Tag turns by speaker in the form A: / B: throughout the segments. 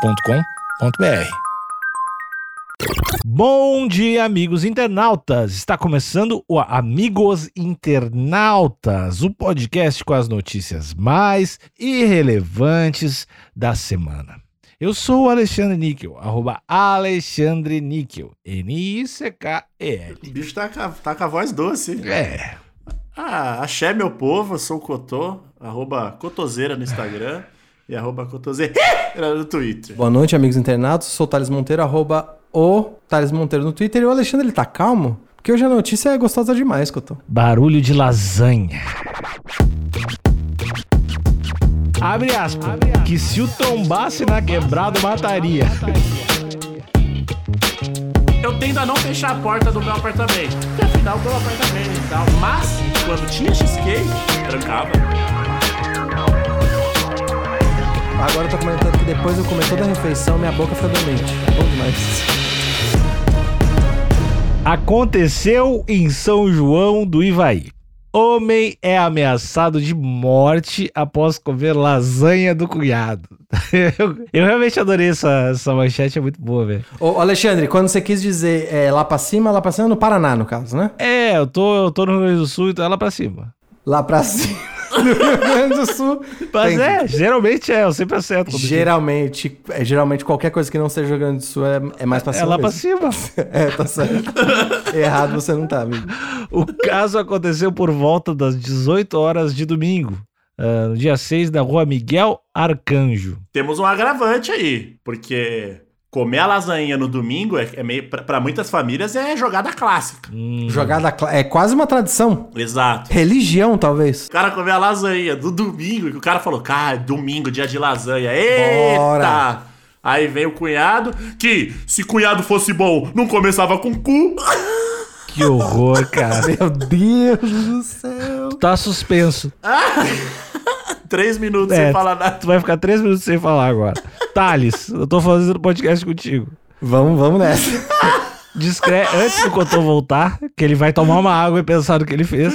A: agenciadepodcast.com.br.
B: Bom dia, amigos internautas! Está começando o Amigos Internautas, o podcast com as notícias mais irrelevantes da semana. Eu sou o Alexandre Níquel, arroba Alexandre Níquel, N-I-C-K-E-L.
C: O bicho tá, com a- tá com a voz doce. hein?
B: É,
C: Ah, axé, meu povo. Eu sou o Cotô, arroba Cotoseira no Instagram e arroba Cotoseira no Twitter.
D: Boa noite, amigos internautas. Sou o Thales Monteiro, arroba o Thales Monteiro no Twitter. E o Alexandre, ele tá calmo? Porque hoje a notícia é gostosa demais, Cotô.
B: barulho de lasanha. Abre aspas, que se o tombasse na quebrada, mataria.
C: Eu tendo a não fechar a porta do meu apartamento, porque afinal do apartamento e tal. Mas, quando tinha cheesecake, trancava.
D: Agora eu tô comentando que depois eu comer toda a refeição, minha boca fica doente. Bom demais.
B: Aconteceu em São João do Ivaí. Homem é ameaçado de morte após comer lasanha do cunhado. Eu, eu realmente adorei essa, essa manchete, é muito boa, velho.
D: Ô, Alexandre, quando você quis dizer é, lá pra cima, lá pra cima é no Paraná, no caso, né?
B: É, eu tô, eu tô no Rio Grande do Sul, então é lá pra cima.
D: Lá pra cima, no Rio Grande do Sul.
B: Mas
D: Entendi.
B: é, geralmente é, eu sempre acerto. quando-
D: Geralmente, é, geralmente qualquer coisa que não seja Rio Grande do Sul é, é mais pra
B: É
D: cima
B: lá pra
D: mesmo.
B: cima.
D: É, tá certo. Errado você não tá, amigo.
B: O caso aconteceu por volta das 18 horas de domingo, ah, no dia 6, na rua Miguel Arcanjo.
C: Temos um agravante aí, porque comer a lasanha no domingo é, é meio. Pra, pra muitas famílias é jogada clássica.
B: Hum,
D: Jogada cla- é quase uma tradição.
C: Exato.
D: Religião, talvez.
C: O cara comeu a lasanha do domingo, que o cara falou, cara, domingo, dia de lasanha. Eita!
D: Bora!
C: Aí vem o cunhado, que se cunhado fosse bom, não começava com cu.
B: que horror, cara.
D: Meu Deus do céu.
B: Tá suspenso.
C: Três minutos
B: É.
C: sem falar nada.
B: Tu vai ficar três minutos sem falar agora. Thales, eu tô fazendo podcast contigo.
D: Vamos, vamos nessa.
B: Descre... Antes do Cotô voltar, que ele vai tomar uma água e pensar no que ele fez.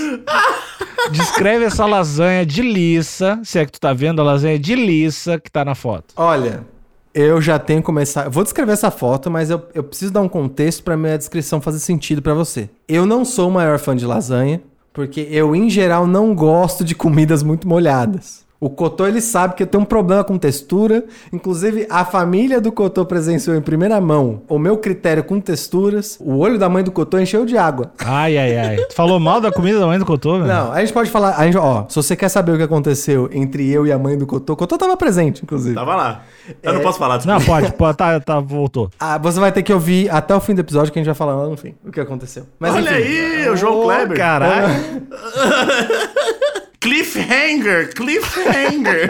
B: Descreve essa lasanha de liça, se é que tu tá vendo a lasanha de liça que tá na foto.
D: Olha, eu já tenho começado. Vou descrever essa foto, mas eu, eu preciso dar um contexto pra minha descrição fazer sentido pra você. Eu não sou o maior fã de lasanha, porque eu, em geral, não gosto de comidas muito molhadas. O Cotô, ele sabe que eu tenho um problema com textura. Inclusive, a família do Cotô presenciou em primeira mão o meu critério com texturas. O olho da mãe do Cotô encheu de água.
B: Ai, ai, ai. Tu falou mal da comida da mãe do Cotô, velho?
D: Não, a gente pode falar. a gente- ó, se você quer saber o que aconteceu entre eu e a mãe do Cotô, o Cotô tava presente, inclusive.
C: Tava lá. Eu não posso falar disso.
B: É. Não, pode, pode. Tá, tá, voltou.
D: Ah, você vai ter que ouvir até o fim do episódio que a gente vai falar lá no fim o que aconteceu. Mas
C: Olha
D: enfim,
C: aí, o João
B: Ô,
C: Kleber.
B: Caralho.
C: Cliffhanger, cliffhanger.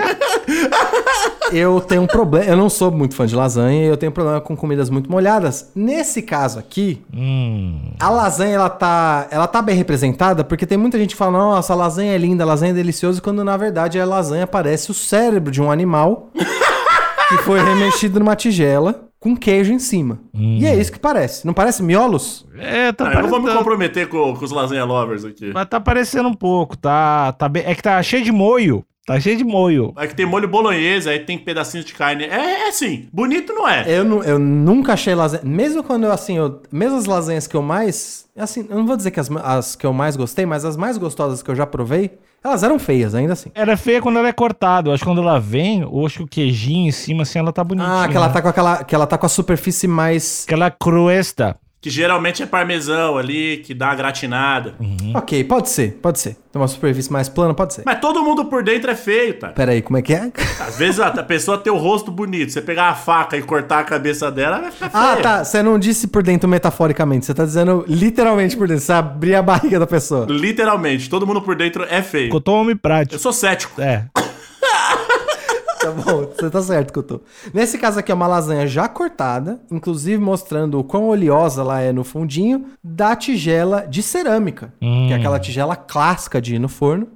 D: eu tenho um problema. Eu não sou muito fã de lasanha e eu tenho problema com comidas muito molhadas. Nesse caso aqui,
B: Hum.
D: a lasanha ela tá, ela tá bem representada porque tem muita gente que fala: nossa, a lasanha é linda, a lasanha é deliciosa, quando na verdade a lasanha parece o cérebro de um animal que foi remexido numa tigela com queijo em cima. E é isso que parece. Não parece miolos?
B: É, tá
C: Não, eu não vou me
B: parecendo-
C: comprometer com, com os lasanha lovers aqui.
B: Mas tá parecendo um pouco, tá, tá bem... É que tá cheio de moio. Tá cheio de moio.
C: Aí É que tem molho bolonhesa, aí tem pedacinhos de carne. É, é assim, bonito não é.
D: Eu, nu- eu nunca achei lasanha. Mesmo quando eu, assim, eu, mesmo as lasanhas que eu mais. Assim, eu não vou dizer que as, ma- as que eu mais gostei, mas as mais gostosas que eu já provei, elas eram feias, ainda assim.
B: Ela é feia quando ela é cortada. Eu acho que quando ela vem, eu acho que o queijinho em cima, assim, ela tá bonitinha.
D: Ah, que ela tá com aquela. Que ela tá com a superfície mais.
B: Aquela cruesta.
C: Que geralmente é parmesão ali, que dá uma gratinada.
D: Ok, pode ser, pode ser. Tem uma superfície mais plana, pode ser.
C: Mas todo mundo por dentro é feio, tá?
D: Pera aí, como é que é?
C: Às vezes a a pessoa tem o rosto bonito. Você pegar a faca e cortar a cabeça dela, vai ficar
D: Ah,
C: feio.
D: tá. Você não disse por dentro metaforicamente, você tá dizendo literalmente por dentro. Você abrir a barriga da pessoa.
C: Literalmente, todo mundo por dentro é feio.
B: Cotou homem
C: Eu
B: prático.
C: sou cético.
B: É.
D: Tá bom, você tá certo que eu tô. Nesse caso aqui é uma lasanha já cortada, inclusive mostrando o quão oleosa ela é no fundinho, da tigela de cerâmica, que é aquela tigela clássica de ir no forno.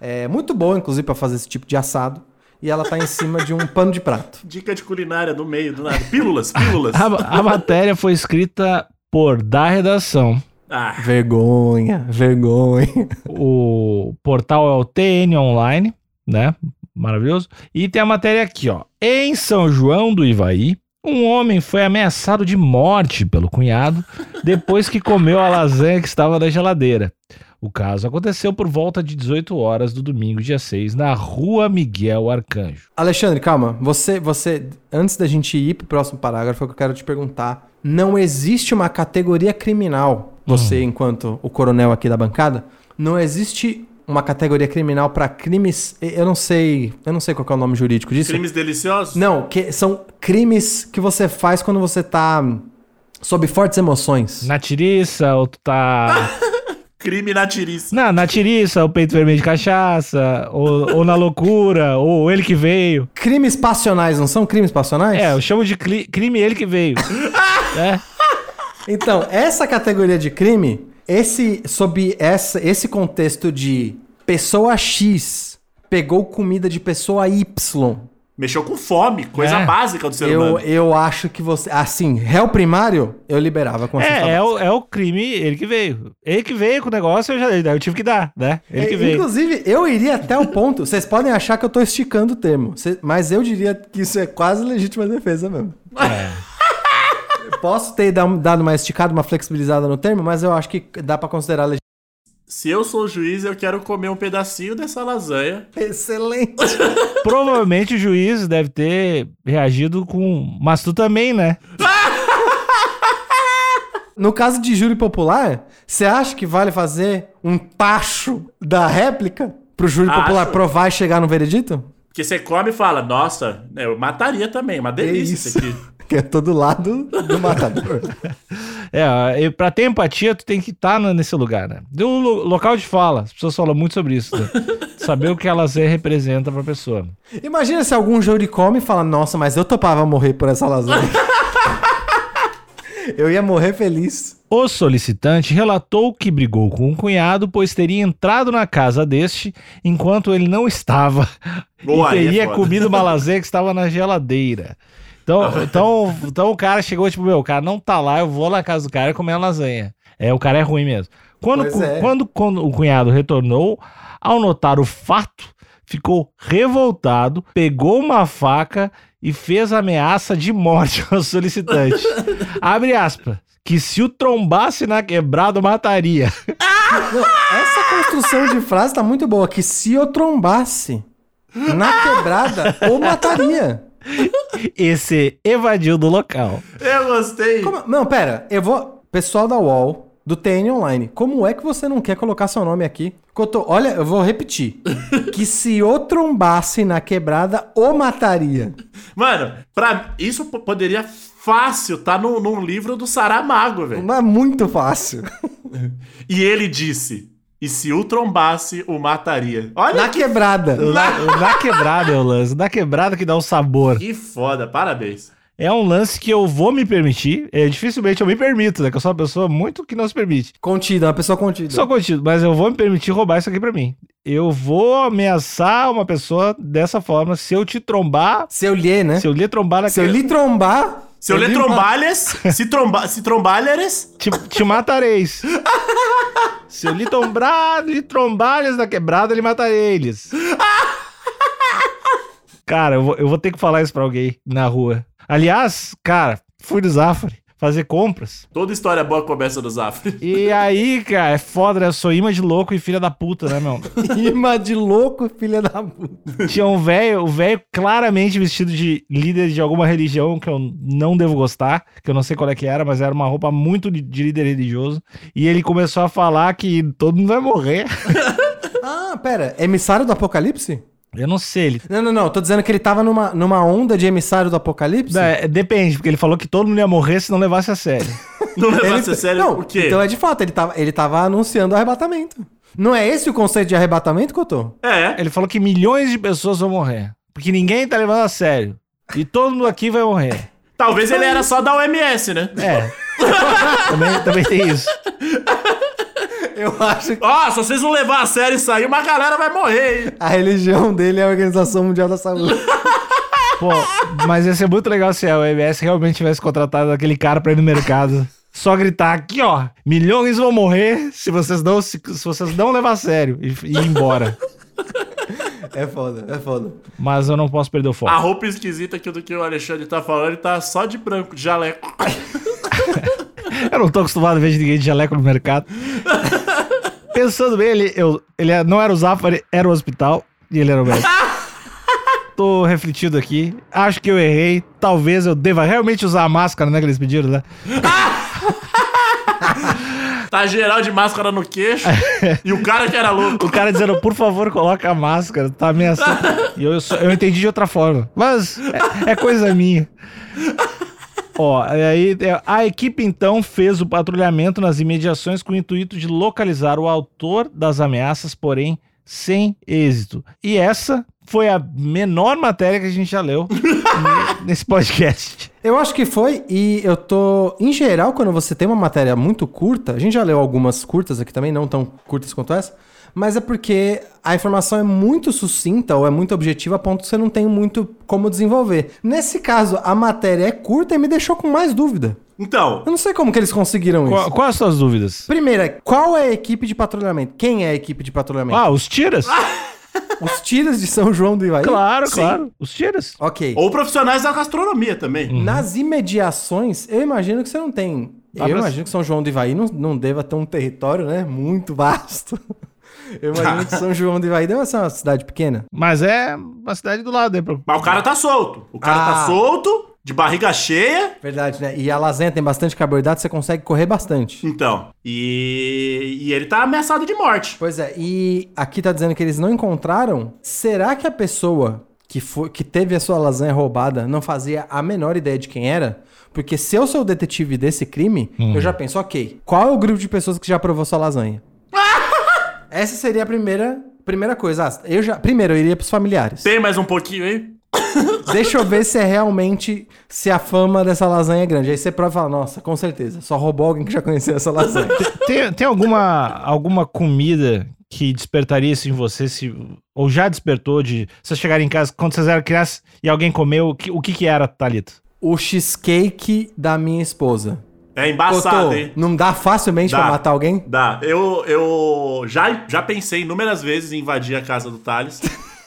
D: É muito boa, inclusive, pra fazer esse tipo de assado. E ela tá em cima de um pano de prato.
C: Dica de culinária no meio, do nada. Pílulas, pílulas.
D: Ah,
B: A, a matéria foi escrita por da redação.
C: Ah,
D: Vergonha, vergonha.
B: O portal é o TN Online, né? Maravilhoso. E tem a matéria aqui, ó. Em São João do Ivaí, um homem foi ameaçado de morte pelo cunhado depois que comeu a lasanha que estava na geladeira. O caso aconteceu por volta de 18 horas do domingo, dia 6, na rua Miguel Arcanjo.
D: Alexandre, calma. Você, você, antes da gente ir pro próximo parágrafo, é eu quero te perguntar. Não existe uma categoria criminal.
B: Hum.
D: Você, enquanto o coronel aqui da bancada, não existe uma categoria criminal pra crimes. Eu não sei, eu não sei qual que é o nome jurídico disso.
C: Crimes deliciosos?
D: Não, que são crimes que você faz quando você tá hum, sob fortes emoções.
B: Na tiriça, ou tu tá.
C: Crime na tiriça.
B: Na, na tiriça, o peito vermelho de cachaça, ou, ou na loucura, ou ele que veio.
D: Crimes passionais não são crimes passionais?
B: É, eu chamo de cli- crime ele que veio. é.
D: Então, essa categoria de crime, esse sob essa, esse contexto de pessoa X pegou comida de pessoa Y.
C: Mexeu com fome, coisa
B: É.
C: básica do ser
D: Eu,
C: humano.
D: eu acho que você, assim, réu primário, eu liberava com essa
B: É, é
D: tabela.
B: o, é o crime, ele que veio. Ele que veio com o negócio, eu já eu tive que dar, né? Ele que
D: É,
B: veio.
D: Inclusive, eu iria até o ponto. Vocês podem achar que eu tô esticando o termo, cê- mas eu diria que isso é quase legítima defesa mesmo.
B: É.
D: Eu Posso ter dá- dado uma esticada, uma flexibilizada no termo, mas eu acho que dá pra considerar legítima.
C: Se eu sou o juiz, eu quero comer um pedacinho dessa lasanha.
D: Excelente.
B: Provavelmente o juiz deve ter reagido com. Mas tu também, né?
D: No caso de júri popular, você acha que vale fazer um tacho da réplica pro júri
C: Acho.
D: popular provar e chegar no veredito?
C: Porque você come e fala, nossa, eu mataria também, uma delícia isso aqui.
D: que é todo lado do matador.
B: É, e pra ter empatia, tu tem que estar nesse lugar, né? Do lo- local de fala. As pessoas falam muito sobre isso, né? Saber o que elas representam pra pessoa.
D: Imagina se algum júri come e fala: Nossa, mas eu topava morrer por essa lasanha. eu ia morrer feliz.
B: O solicitante relatou que brigou com o cunhado, pois teria entrado na casa deste enquanto ele não estava
C: Boa,
B: e
C: aí é
B: teria
C: foda.
B: comido uma lasanha que estava na geladeira. Então, então, então o cara chegou tipo, meu, o cara não tá lá, eu vou lá na casa do cara e comer a lasanha. É, o cara é ruim mesmo. Quando,
D: Pois
B: cu-
D: é.
B: quando, quando o cunhado retornou, ao notar o fato, ficou revoltado, pegou uma faca e fez ameaça de morte ao solicitante. Abre aspas. Que se o trombasse na quebrada, mataria.
D: Não, essa construção de frase tá muito boa: que se eu trombasse na quebrada, ou mataria.
B: Esse evadiu do local.
C: Eu gostei.
D: Como- Não, pera, eu vou. Pessoal da UOL, do TN Online, como é que você não quer colocar seu nome aqui? Cotô, olha, eu vou repetir. que se o trombasse na quebrada, o mataria.
C: Mano, pra... isso p- poderia fácil tá num, num livro do Saramago, velho.
D: Mas é muito fácil.
C: E ele disse, e se o trombasse, o mataria. Olha
D: Na quebrada.
B: Na, na quebrada é o lance. Na quebrada que dá o sabor.
C: que foda, parabéns.
B: É um lance que eu vou me permitir. É, dificilmente eu me permito, né? Que eu sou uma pessoa muito que não se permite.
D: Contida, uma pessoa contida.
B: Só contido, mas eu vou me permitir roubar isso aqui pra mim. Eu vou ameaçar uma pessoa dessa forma. Se eu te trombar,
D: Se eu lhe, né?
B: se eu lhe trombar na
D: Se eu lhe trombar.
C: Se eu ler
D: lhe
C: trombalhas, se, tromba... se trombalhares,
B: Te, te matareis. Se eu lhe tombrar, lhe trombalhas na quebrada, lhe matarei eles. Cara, eu vou, eu vou ter que falar isso pra alguém na rua. Aliás, cara, fui no Zafari fazer compras.
C: toda história boa começa no Zafre.
B: E aí, cara, é foda, né? Eu sou imã de louco e filha da puta, né, meu?
D: Rima de louco, filha da puta.
B: Tinha um velho, o velho claramente vestido de líder de alguma religião que eu não devo gostar, que eu não sei qual é que era, mas era uma roupa muito de- de líder religioso. E ele começou a falar que todo mundo vai morrer.
D: Ah, pera. Emissário do Apocalipse?
B: Eu não sei, ele.
D: Não, não, não. Tô dizendo que ele tava numa, numa onda de emissário do Apocalipse.
B: Não, é, depende, porque ele falou que todo mundo ia morrer se não levasse a sério.
C: Não
D: Ele-
C: levasse a sério
D: Não,
C: o quê?
D: Então é de fato, ele tava, ele tava anunciando arrebatamento. Não é esse o conceito de arrebatamento, Cotô?
C: É,
B: ele falou que milhões de pessoas vão morrer. Porque ninguém tá levando a sério. E todo mundo aqui vai morrer.
C: talvez ele era só da OMS, né?
B: É. também, também tem isso.
D: Eu acho que
C: Ó, se vocês não levar a sério isso aí, uma galera vai morrer, hein?
D: a religião dele é a Organização Mundial da Saúde.
B: Pô, mas ia ser muito legal se a OMS realmente tivesse contratado aquele cara pra ir no mercado. Só gritar aqui, ó. Milhões vão morrer se vocês não, se, se vocês não levar a sério. E, e ir embora.
D: É foda, é foda.
B: Mas eu não posso perder o foco.
C: A roupa esquisita que, do que o Alexandre tá falando, ele tá só de branco, de jaleco.
B: Eu não tô acostumado a ver ninguém de jaleco no mercado. Pensando bem, ele, eu, ele é- não era o Zafari, era o hospital e ele era o médico. Tô refletindo aqui. Acho que eu errei. Talvez eu deva realmente usar a máscara, né? Que eles pediram, né?
C: Tá geral de máscara no queixo. e o cara que era louco.
B: O cara dizendo, por favor, coloca a máscara, tá ameaçando. E eu, só- eu entendi de outra forma. Mas é, é coisa minha. Ó, e aí é, a equipe então fez o patrulhamento nas imediações com o intuito de localizar o autor das ameaças, porém sem êxito. E essa foi a menor matéria que a gente já leu ne- nesse podcast.
D: Eu acho que foi, e eu tô. Em geral, quando você tem uma matéria muito curta, a gente já leu algumas curtas aqui também, não tão curtas quanto essa, mas é porque a informação é muito sucinta ou é muito objetiva a ponto que você não tem muito como desenvolver. Nesse caso, a matéria é curta e me deixou com mais dúvida.
C: Então,
D: Eu não sei como que eles conseguiram
B: Qual,
D: isso.
B: quais as suas dúvidas?
D: Primeira, qual é a equipe de patrulhamento? Quem é a equipe de patrulhamento?
B: Ah, os tiras?
D: Os tiras de São João do Ivaí?
B: claro,
C: sim.
B: claro. Os tiras.
D: Ok.
C: ou profissionais da gastronomia também.
D: Nas imediações, eu imagino que você não tem.
B: Dá
D: eu
B: pra-
D: imagino que São João do Ivaí não, não deva ter um território, né? Muito vasto. Eu imagino que São João do Ivaí deve ser uma cidade pequena.
B: Mas é uma cidade do lado, é pra-
C: Mas o cara tá solto. O cara
D: Ah.
C: tá solto, de barriga cheia.
D: Verdade, né? E a lasanha tem bastante carboidrato, você consegue correr bastante.
C: Então, e, e ele tá ameaçado de morte.
D: Pois é, e aqui tá dizendo que eles não encontraram. Será que a pessoa que, foi, que teve a sua lasanha roubada não fazia a menor ideia de quem era? Porque se eu sou o detetive desse crime, eu já penso, ok, qual é o grupo de pessoas que já provou sua lasanha? Essa seria a primeira, primeira coisa. Ah, eu já, primeiro, eu iria pros familiares.
C: Tem mais um pouquinho aí?
D: Deixa eu ver se é realmente se a fama dessa lasanha é grande. Aí você prova e fala, nossa, com certeza, só roubou alguém que já conhecia essa lasanha.
B: Tem, tem alguma, alguma comida que despertaria isso em você? Se, ou já despertou de vocês chegarem em casa quando vocês eram crianças e alguém comeu? O que, o que, que era, Thalito?
D: o cheesecake da minha esposa.
C: É embaçado,
D: Cotô,
C: hein?
D: não dá facilmente
C: Dá.
D: pra matar alguém?
C: Dá. Eu, eu já, já pensei inúmeras vezes em invadir a casa do Thales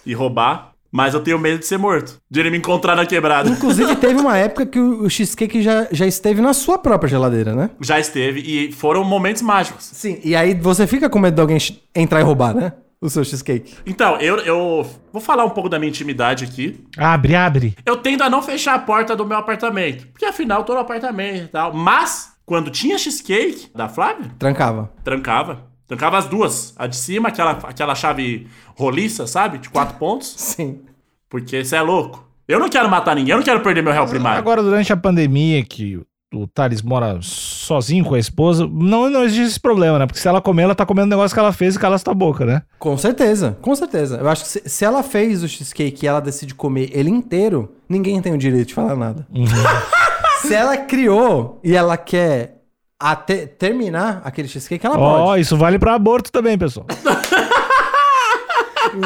C: e roubar, mas eu tenho medo de ser morto. De ele me encontrar na quebrada.
D: Inclusive, teve uma época que o o cheesecake já, já esteve na sua própria geladeira, né?
C: Já esteve, e foram momentos mágicos.
D: Sim. E aí você fica com medo de alguém ch- entrar e roubar, né? O seu cheesecake.
C: Então, eu, eu vou falar um pouco da minha intimidade aqui.
B: Abre, abre.
C: Eu tendo a não fechar a porta do meu apartamento, porque afinal eu tô no apartamento e tal. Mas, quando tinha cheesecake da Flávia,
D: Trancava.
C: trancava. Trancava as duas. A de cima, aquela, aquela chave roliça, sabe? De quatro pontos.
D: Sim.
C: Porque você é louco. Eu não quero matar ninguém, eu não quero perder meu réu primário.
B: Agora, durante a pandemia, que o Thales mora sozinho com a esposa, não, não existe esse problema, né? Porque se ela comer, ela tá comendo o negócio que ela fez e cala sua boca, né?
D: Com certeza, com certeza. Eu acho que se, se ela fez o cheesecake e ela decide comer ele inteiro, ninguém tem o direito de falar nada.
C: Uhum.
D: se ela criou e ela quer até terminar aquele cheesecake, ela pode.
B: Ó, isso vale pra aborto também, pessoal.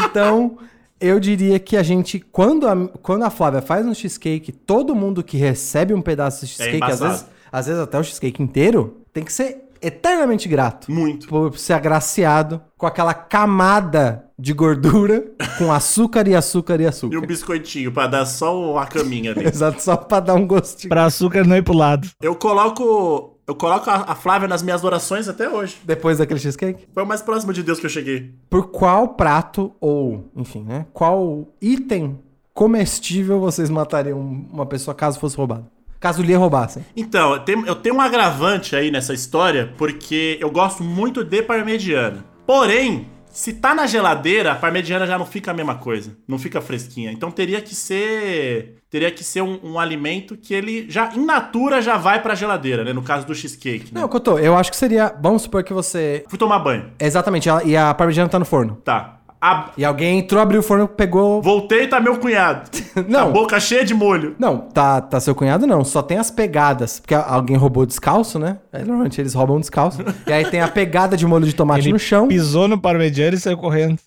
D: Então, eu diria que a gente, quando a, quando a Flávia faz um cheesecake, todo mundo que recebe um pedaço de cheesecake, às,
C: É embaçado.
D: vezes, às vezes até o cheesecake inteiro, tem que ser eternamente grato
C: Muito.
D: por ser agraciado com aquela camada de gordura, com açúcar e açúcar e
C: E um
D: açúcar.
C: biscoitinho pra dar só a caminha ali.
D: Exato, só pra dar um gostinho.
B: Pra açúcar não ir pro lado.
C: Eu coloco. Eu coloco a, a Flávia nas minhas orações até hoje.
D: Depois daquele cheesecake.
C: Foi o mais próximo de Deus que eu cheguei.
D: Por qual prato, ou, enfim, né? Qual item comestível vocês matariam uma pessoa caso fosse roubado? Caso lhe roubassem.
C: Então, eu tenho, eu tenho um agravante aí nessa história, porque eu gosto muito de parmegiana. Porém, se tá na geladeira, a parmegiana já não fica a mesma coisa. Não fica fresquinha. Então teria que ser. Teria que ser um, um alimento que ele já, in natura, já vai pra geladeira, né? No caso do cheesecake. Né?
D: Não, Cotô, eu acho que seria. Vamos supor que você.
C: Fui tomar banho.
D: Exatamente, ela- e a parmegiana tá no forno.
C: Tá. A-
D: E alguém entrou, abriu o forno, pegou.
C: Voltei, tá meu cunhado.
D: Não.
C: A boca cheia de molho.
D: Não, tá, tá seu cunhado não, só tem as pegadas. Porque alguém roubou descalço, né? Aí, normalmente eles roubam descalço. e aí tem a pegada de molho de tomate no chão.
B: Pisou no parmegiana e saiu correndo.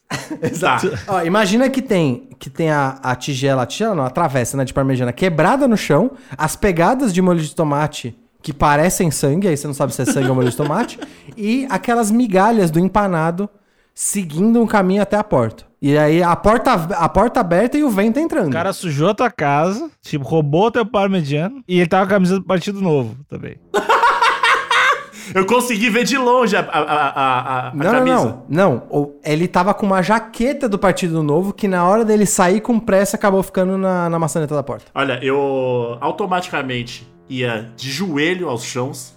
C: Exato.
D: Ó, imagina que tem que tem a, a tigela, a tigela não, a travessa né, de parmegiana quebrada no chão, as pegadas de molho de tomate que parecem sangue, aí você não sabe se é sangue ou molho de tomate, e aquelas migalhas do empanado seguindo um caminho até a porta. E aí a porta, a porta aberta e o vento entrando.
B: O cara sujou a tua casa, tipo, roubou teu parmegiano e ele tava com a camisa do Partido Novo também.
C: Eu consegui ver de longe a, a, a, a, a
D: não, não,
C: camisa.
D: não, não. O- Ele tava com uma jaqueta do Partido Novo que na hora dele sair com pressa acabou ficando na, na maçaneta da porta.
C: Olha, eu automaticamente ia de joelho aos chãos.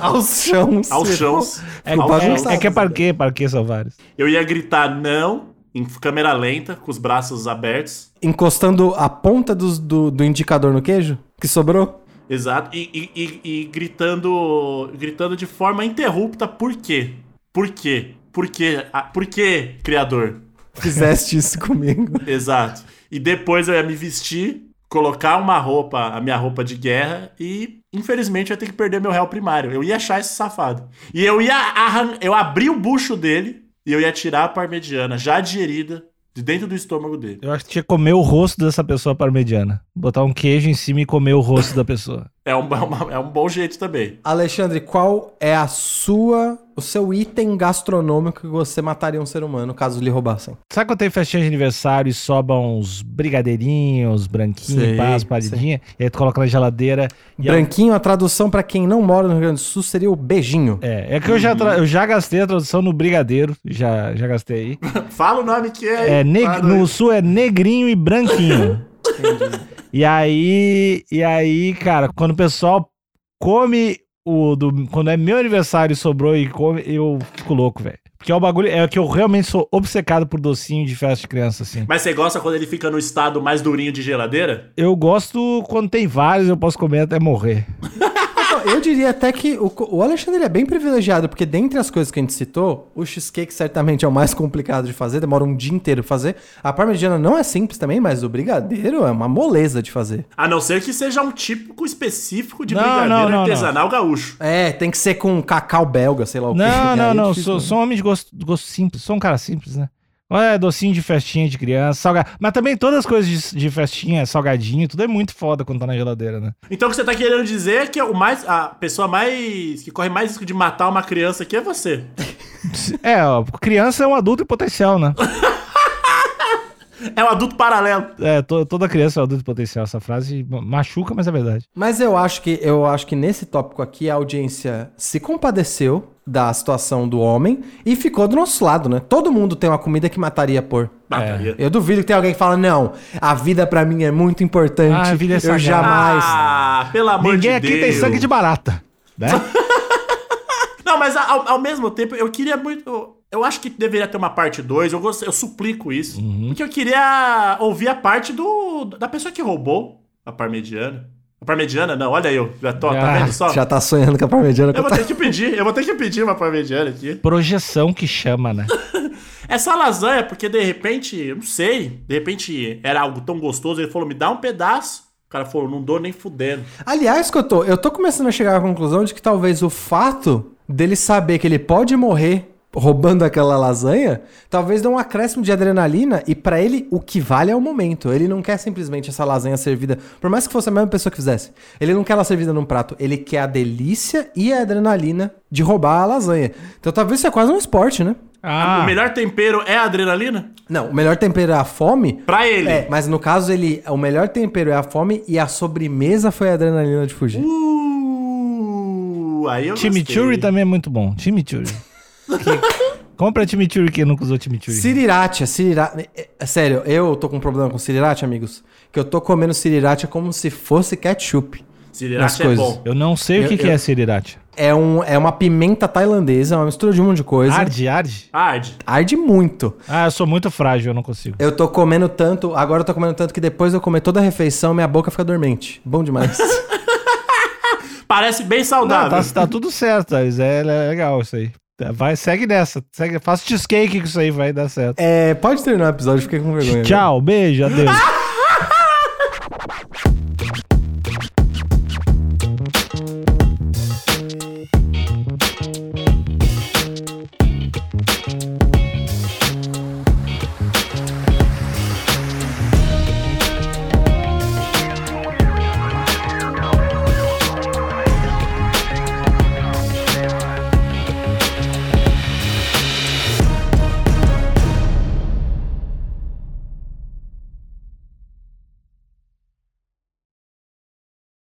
D: Aos chãos.
C: Aos chãos.
B: É,
C: aos chãos.
B: é, é que é parquê, parquê Salvares.
C: Eu ia gritar não, em câmera lenta, com os braços abertos.
D: Encostando a ponta dos- do, do indicador no queijo que sobrou.
C: Exato. E, e- e- e gritando. Gritando de forma interrupta. Por quê? Por quê? Por quê? Ah, por quê, criador?
D: Fizeste isso comigo.
C: Exato. E depois eu ia me vestir, colocar uma roupa, a minha roupa de guerra, e infelizmente eu ia ter que perder meu réu primário. Eu ia achar esse safado. E eu ia arran... eu abri o bucho dele e eu ia tirar a parmegiana já digerida de dentro do estômago dele.
B: Eu acho que tinha que comer o rosto dessa pessoa parmegiana. Botar um queijo em cima e comer o rosto da pessoa.
C: É um, é uma- é um bom jeito também.
D: Alexandre, qual é a sua, o seu item gastronômico que você mataria um ser humano caso lhe roubassem?
B: Sabe quando tem festinha de aniversário e soba uns brigadeirinhos, branquinho,
D: Sei,
B: paz, paradinha? E aí tu coloca na geladeira. E a-
D: Branquinho, a tradução pra quem não mora no Rio Grande do Sul seria o beijinho.
B: É, é que eu já, tra- eu já gastei a tradução no brigadeiro, já, já gastei aí.
C: Fala o nome que é.
B: É, neg-
C: Fala
B: no
C: aí.
B: sul é negrinho e branquinho. e aí, e aí, cara, quando o pessoal come o do, quando é meu aniversário e sobrou e come, eu fico louco, velho. Porque é o bagulho, é que eu realmente sou obcecado por docinho de festa de criança assim.
C: Mas você gosta quando ele fica no estado mais durinho de geladeira?
B: Eu gosto quando tem vários, eu posso comer até morrer.
D: Não, Então, Eu diria até que o, co- o Alexandre ele é bem privilegiado, porque dentre as coisas que a gente citou, o cheesecake certamente é o mais complicado de fazer, demora um dia inteiro pra fazer. A parmegiana não é simples também, mas o brigadeiro é uma moleza de fazer.
C: A não ser que seja um típico específico de
B: Não,
C: brigadeiro
B: não, não,
C: artesanal gaúcho.
D: É, tem que ser com cacau belga, sei lá o que.
B: Não,
D: Aí
B: não,
D: é
B: não.
D: difícil,
B: Sou,
D: né?
B: sou um homem de gosto, de gosto simples. Sou um cara simples, né? Olha, docinho de festinha de criança, salgado. Mas também todas as coisas de, de festinha, salgadinho, tudo é muito foda quando tá na geladeira, né?
C: Então o que você tá querendo dizer é que o mais, a pessoa mais. que corre mais risco de matar uma criança aqui é você.
B: É, ó, criança é um adulto em potencial, né?
C: É um adulto paralelo.
B: É, to- toda criança é um adulto em potencial. Essa frase ma- machuca, mas é verdade.
D: Mas eu acho que eu acho que nesse tópico aqui a audiência se compadeceu da situação do homem e ficou do nosso lado, né? Todo mundo tem uma comida que mataria por.
C: Mataria.
B: É
D: Eu duvido que tenha alguém que fala não, a vida pra mim é muito importante.
B: Ah, a vida é
D: eu
B: sagrada."
D: jamais.
C: Ah, pelo amor
B: Ninguém
C: de
B: aqui
C: Deus.
B: tem sangue de barata, né?
C: Não, mas ao, ao mesmo tempo, eu queria muito. Eu acho que deveria ter uma parte 2. Eu, gost- eu suplico isso.
B: Uhum.
C: Porque eu queria ouvir a parte do da pessoa que roubou a parmegiana. A parmegiana, não, olha eu. Já tô, tá
B: Ah,
C: vendo só?
D: Já tá sonhando com a parmegiana. que
C: Eu
D: eu
C: vou
D: tá-
C: ter que pedir, eu vou ter que pedir uma parmegiana aqui.
B: Projeção que chama, né?
C: Essa lasanha, porque de repente, eu não sei, de repente era algo tão gostoso, ele falou, me dá um pedaço. O cara falou, não dou nem fudendo.
D: Aliás, Cotô, eu tô começando a chegar à conclusão de que talvez o fato dele saber que ele pode morrer roubando aquela lasanha, talvez dê um acréscimo de adrenalina e pra ele o que vale é o momento. Ele não quer simplesmente essa lasanha servida, por mais que fosse a mesma pessoa que fizesse. Ele não quer ela servida num prato, ele quer a delícia e a adrenalina de roubar a lasanha. Então talvez isso é quase um esporte, né?
B: Ah,
C: O melhor tempero é a adrenalina?
D: Não, o melhor tempero é a fome.
C: Pra ele.
D: É, mas no caso ele, o melhor tempero é a fome e a sobremesa foi a adrenalina de fugir.
C: Uh, aí eu
B: chimichurri
C: gostei.
B: também é muito bom. Chimichurri. Que- Compra chimichurri quem nunca usou chimichurri.
D: Siriracha, siriracha. Sério, eu tô com um problema com siriracha, amigos. Que eu tô comendo siriracha como se fosse ketchup. nas
C: Sriracha é
D: coisas.
C: bom.
B: Eu não sei o
D: Eu-
B: que, que
D: eu-
B: é siriracha.
D: É, um, é uma pimenta tailandesa, é uma mistura de um monte de coisa.
B: Arde, arde?
C: Arde.
D: Arde muito.
B: Ah, eu sou muito frágil, eu não consigo.
D: Eu tô comendo tanto, agora eu tô comendo tanto que depois de eu comer toda a refeição, minha boca fica dormente. Bom demais.
C: Parece bem
B: Não,
D: Ah,
C: saudável.
B: tá, tá tudo certo, Thales. É, é legal isso aí. Vai, segue nessa. Segue, faça cheesecake que isso aí vai dar certo.
D: é, pode terminar o episódio, fiquei com vergonha.
B: Tchau, beijo, adeus.